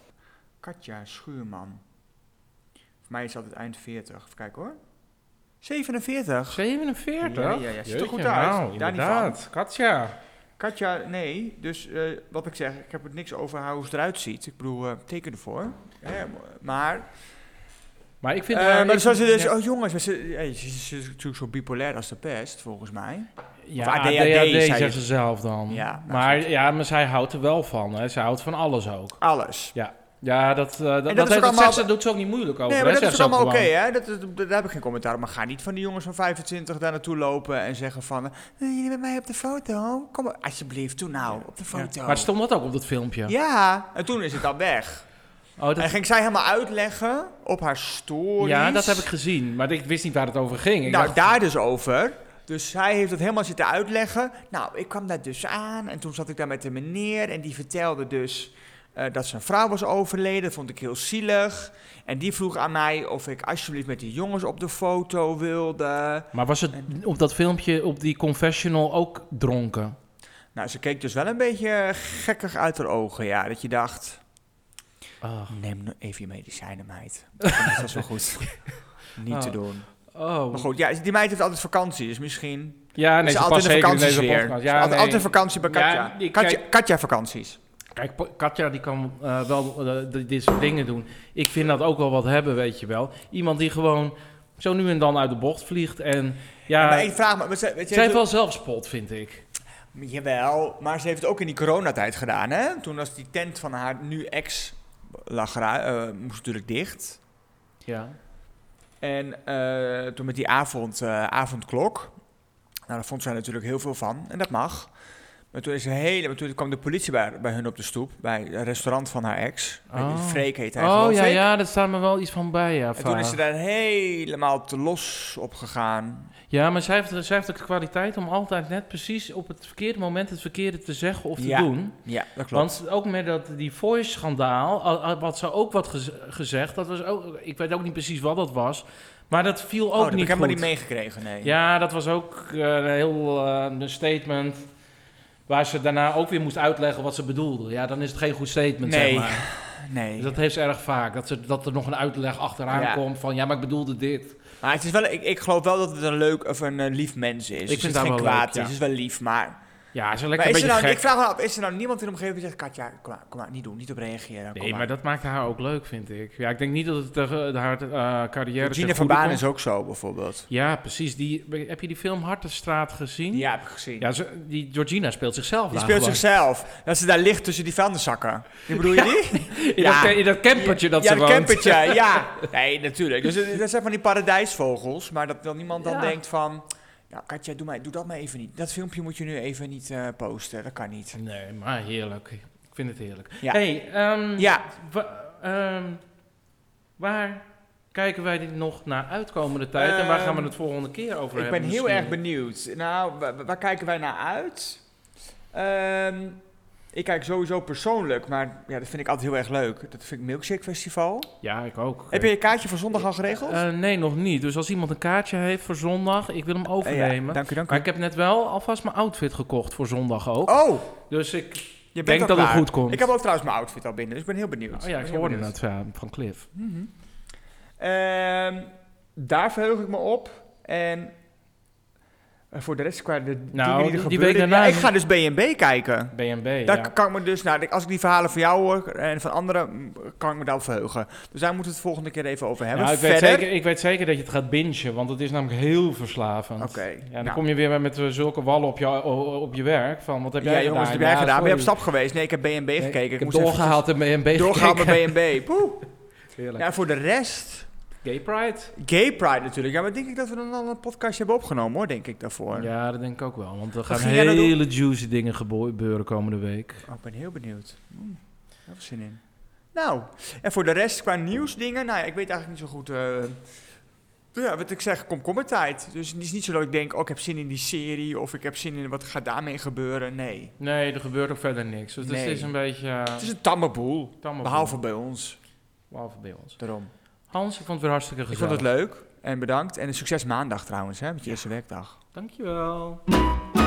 Katja Schuurman. Voor mij is dat het eind 40. Even kijken hoor. 47. 47? Ja, ja, ja, ziet er Jeetje, goed uit. Nou, Daar niet inderdaad. Katja. Katja, nee. Dus eh, wat ik zeg, ik heb het niks over haar hoe ze eruit ziet. Ik bedoel, eh, teken ervoor. Hè, maar, Maar ik eh vind... haar- maar dan ik- zou ze dus, ja, oh jongens, maar ze, ja, ze, ze is natuurlijk zo bipolair als de pest, volgens mij. ja, of ADHD, ADHD, zei je. zegt ze zelf dan. Ja, nou, maar, goed. ja, maar zij houdt er wel van. Hè. Zij houdt van alles ook. Alles. Ja, dat, eh, dat, dat, dat is ook dat allemaal- zegt ze, doet ze ook niet moeilijk over. Nee, maar hè, dat zegt is ze toch ook allemaal oké, gewoon. hè? Dat, dat, dat- daar heb ik geen commentaar op. Maar ga niet van die jongens van 25 daar naartoe lopen en zeggen van... eh, Wil jullie met mij op de foto? Kom maar, alsjeblieft, doe nou, op de foto. Ja. Maar stond dat ook op dat filmpje? Ja, en toen is het al weg. Oh, En dat, ging zij helemaal uitleggen op haar stories. ja, dat heb ik gezien. Maar ik wist niet waar het over ging. Ik Nou, dacht- daar dus over. Dus zij heeft het helemaal zitten uitleggen. Nou, ik kwam daar dus aan en toen zat ik daar met de meneer en die vertelde dus eh, dat zijn vrouw was overleden. Dat vond ik heel zielig. En die vroeg aan mij of ik alsjeblieft met die jongens op de foto wilde. Maar was het op dat filmpje, op die confessional, ook dronken? Nou, ze keek dus wel een beetje gekkig uit haar ogen, ja. Dat je dacht, Ach. neem nou even je medicijnen, meid. Dan is dat zo goed. Niet te Oh. doen. Oh. Maar goed, ja, die meid heeft altijd vakantie, dus misschien Ja, nee, is ze altijd past een zeker in vakanties deze weer. podcast. Ze Ja, is altijd, nee. altijd een vakantie bij Ja, Katja. ik Katja, kijk- Katja vakanties. Kijk, Po- Katja die kan eh, wel eh, d- dit soort dingen doen. Ik vind dat ook wel wat hebben, weet je wel. Iemand die gewoon zo nu en dan uit de bocht vliegt. En ja, maar ik vraag me, maar ze, weet je, zij heeft ze- wel zelfspot, vind ik. Jawel, maar ze heeft het ook in die coronatijd gedaan, hè? Toen was die tent van haar nu ex lag eraan, eh, moest natuurlijk dicht. Ja. En eh, toen met die avond, eh, avondklok, nou, daar vond zij natuurlijk heel veel van, en dat mag. Maar toen, is ze hele, maar toen kwam de politie bij, bij hun op de stoep, bij het restaurant van haar ex. Oh. Freek heet hij, Oh geloof ja, ik. ja, daar staat me wel iets van bij. Ja, En toen is vaag. ze daar helemaal te los op gegaan. ja maar zij heeft, zij heeft ook de kwaliteit om altijd net precies op het verkeerde moment het verkeerde te zeggen of te Ja, doen. Ja, dat klopt. Want ook met dat, die voice-schandaal, al- al- wat ze ook wat gez- gezegd, dat was ook, ik weet ook niet precies wat dat was, maar dat viel ook oh, dat niet heb ik helemaal goed. niet meegekregen, nee. Ja, dat was ook eh, een heel eh, een statement waar ze daarna ook weer moest uitleggen wat ze bedoelde. Ja, dan is het geen goed statement, Nee. zeg maar. Nee. Dus dat heeft ze erg vaak, dat, ze, dat er nog een uitleg achteraan Ja. komt van ja, maar ik bedoelde dit. Maar het is wel, ik, ik geloof wel dat het een leuk of een eh, lief mens is. Dus vind het is haar geen wel kwaad. leuk, ja. is. Het is wel lief, maar Ja, ze Maar lekker is een er beetje nou, gek. ik vraag me af, is er nou niemand in de omgeving die zegt, Katja, kom maar, kom maar, niet doen, niet op reageren. kom Nee, maar dat maakte haar ook leuk, vind ik. Ja, ik denk niet dat het eh, haar eh, carrière... ten Gina van goede Baan komt. is ook zo, bijvoorbeeld. Ja, precies. Die, heb je die film Hartenstraat gezien? Ja, heb ik gezien. Ja, ze- die Georgina speelt zichzelf. Die daar speelt gewoon. zichzelf. Dat ze daar ligt tussen die vuilniszakken. Die bedoel je niet? In, Ja. dat, in dat campertje dat ja, ze dat woont. campertje, (laughs) ja. Nee, natuurlijk. Dus eh, dat zijn van die paradijsvogels, maar dat, dat niemand dan Ja. denkt van... Nou, Katja, doe, mij, doe dat maar even niet. Dat filmpje moet je nu even niet eh, posten. Dat kan niet. Nee, maar heerlijk. Ik vind het heerlijk. Ja. hey, ehm, Ja, wa- ehm, waar kijken wij dit nog naar uitkomende tijd? en waar gaan we het volgende keer over Ehm, ik hebben? ben heel misschien? erg benieuwd. Nou, wa- wa- waar, kijken wij naar uit? Ehm, ik kijk sowieso persoonlijk, maar ja, dat vind ik altijd heel erg leuk. Dat vind ik Milkshake Festival. Ja, ik ook. Heb je je kaartje voor zondag al geregeld? Eh, nee, nog niet. Dus als iemand een kaartje heeft voor zondag, ik wil hem Eh, ja, overnemen. dank u, dank Maar u. ik heb net wel alvast mijn outfit gekocht voor zondag ook. Oh, Dus ik, je bent Denk al dat het klaar. goed komt. Ik heb ook trouwens mijn outfit al binnen, dus ik ben heel benieuwd. oh ja, ben ik heel hoorde benieuwd. het ja, van Cliff. Mhm. Ehm, daar verheug ik me op. En eh, voor de rest, qua de dingen Nou, die er die gebeuren... week daarna- Ja, ik ga dus B&B kijken. BNB, Daar ja. kan ik me dus, nou, als ik die verhalen van jou hoor en van anderen, m, kan ik me daarop verheugen. Dus daar moeten we het volgende keer even over hebben. Nou, ik, weet Verder, zeker, ik weet zeker dat je het gaat bingen, want het is namelijk heel verslavend. Oké, Ja, dan nou. kom je weer met eh, zulke wallen op je, o- op je werk. Van, wat heb jij ja, jongens, gedaan? heb jij Ja, gedaan? Ben je op sorry. stap geweest? Nee, ik heb B&B Nee, gekeken. Ik heb moest even doorgehaald en BNB Doorgaan met gekeken. B&B. (laughs) Poeh. Heerlijk. Ja, voor de rest, Gay Pride? Gay Pride natuurlijk. Ja, maar denk ik dat we dan al een podcastje hebben opgenomen hoor, denk ik daarvoor. Ja, dat denk ik ook wel. Want er gaan ging jij nou doen? hele juicy dingen gebo- gebeuren komende week. Oh, ik ben heel benieuwd. Mm, daar heb ik zin in. Nou, en voor de rest qua nieuwsdingen, nou ja, ik weet eigenlijk niet zo goed. eh, ja, wat ik zeg, komkommertijd. Dus het is niet zo dat ik denk, oh, ik heb zin in die serie of ik heb zin in wat gaat daarmee gebeuren. Nee. Nee, er gebeurt ook verder niks. Dus Nee. het is een beetje... eh, Het is een tamme boel. tamme Behalve boel. bij ons. Behalve bij ons. Daarom. Hans, ik vond het weer hartstikke Ik gezellig. vond het leuk en bedankt. En een succes maandag trouwens, hè, met je eerste werkdag. Dankjewel.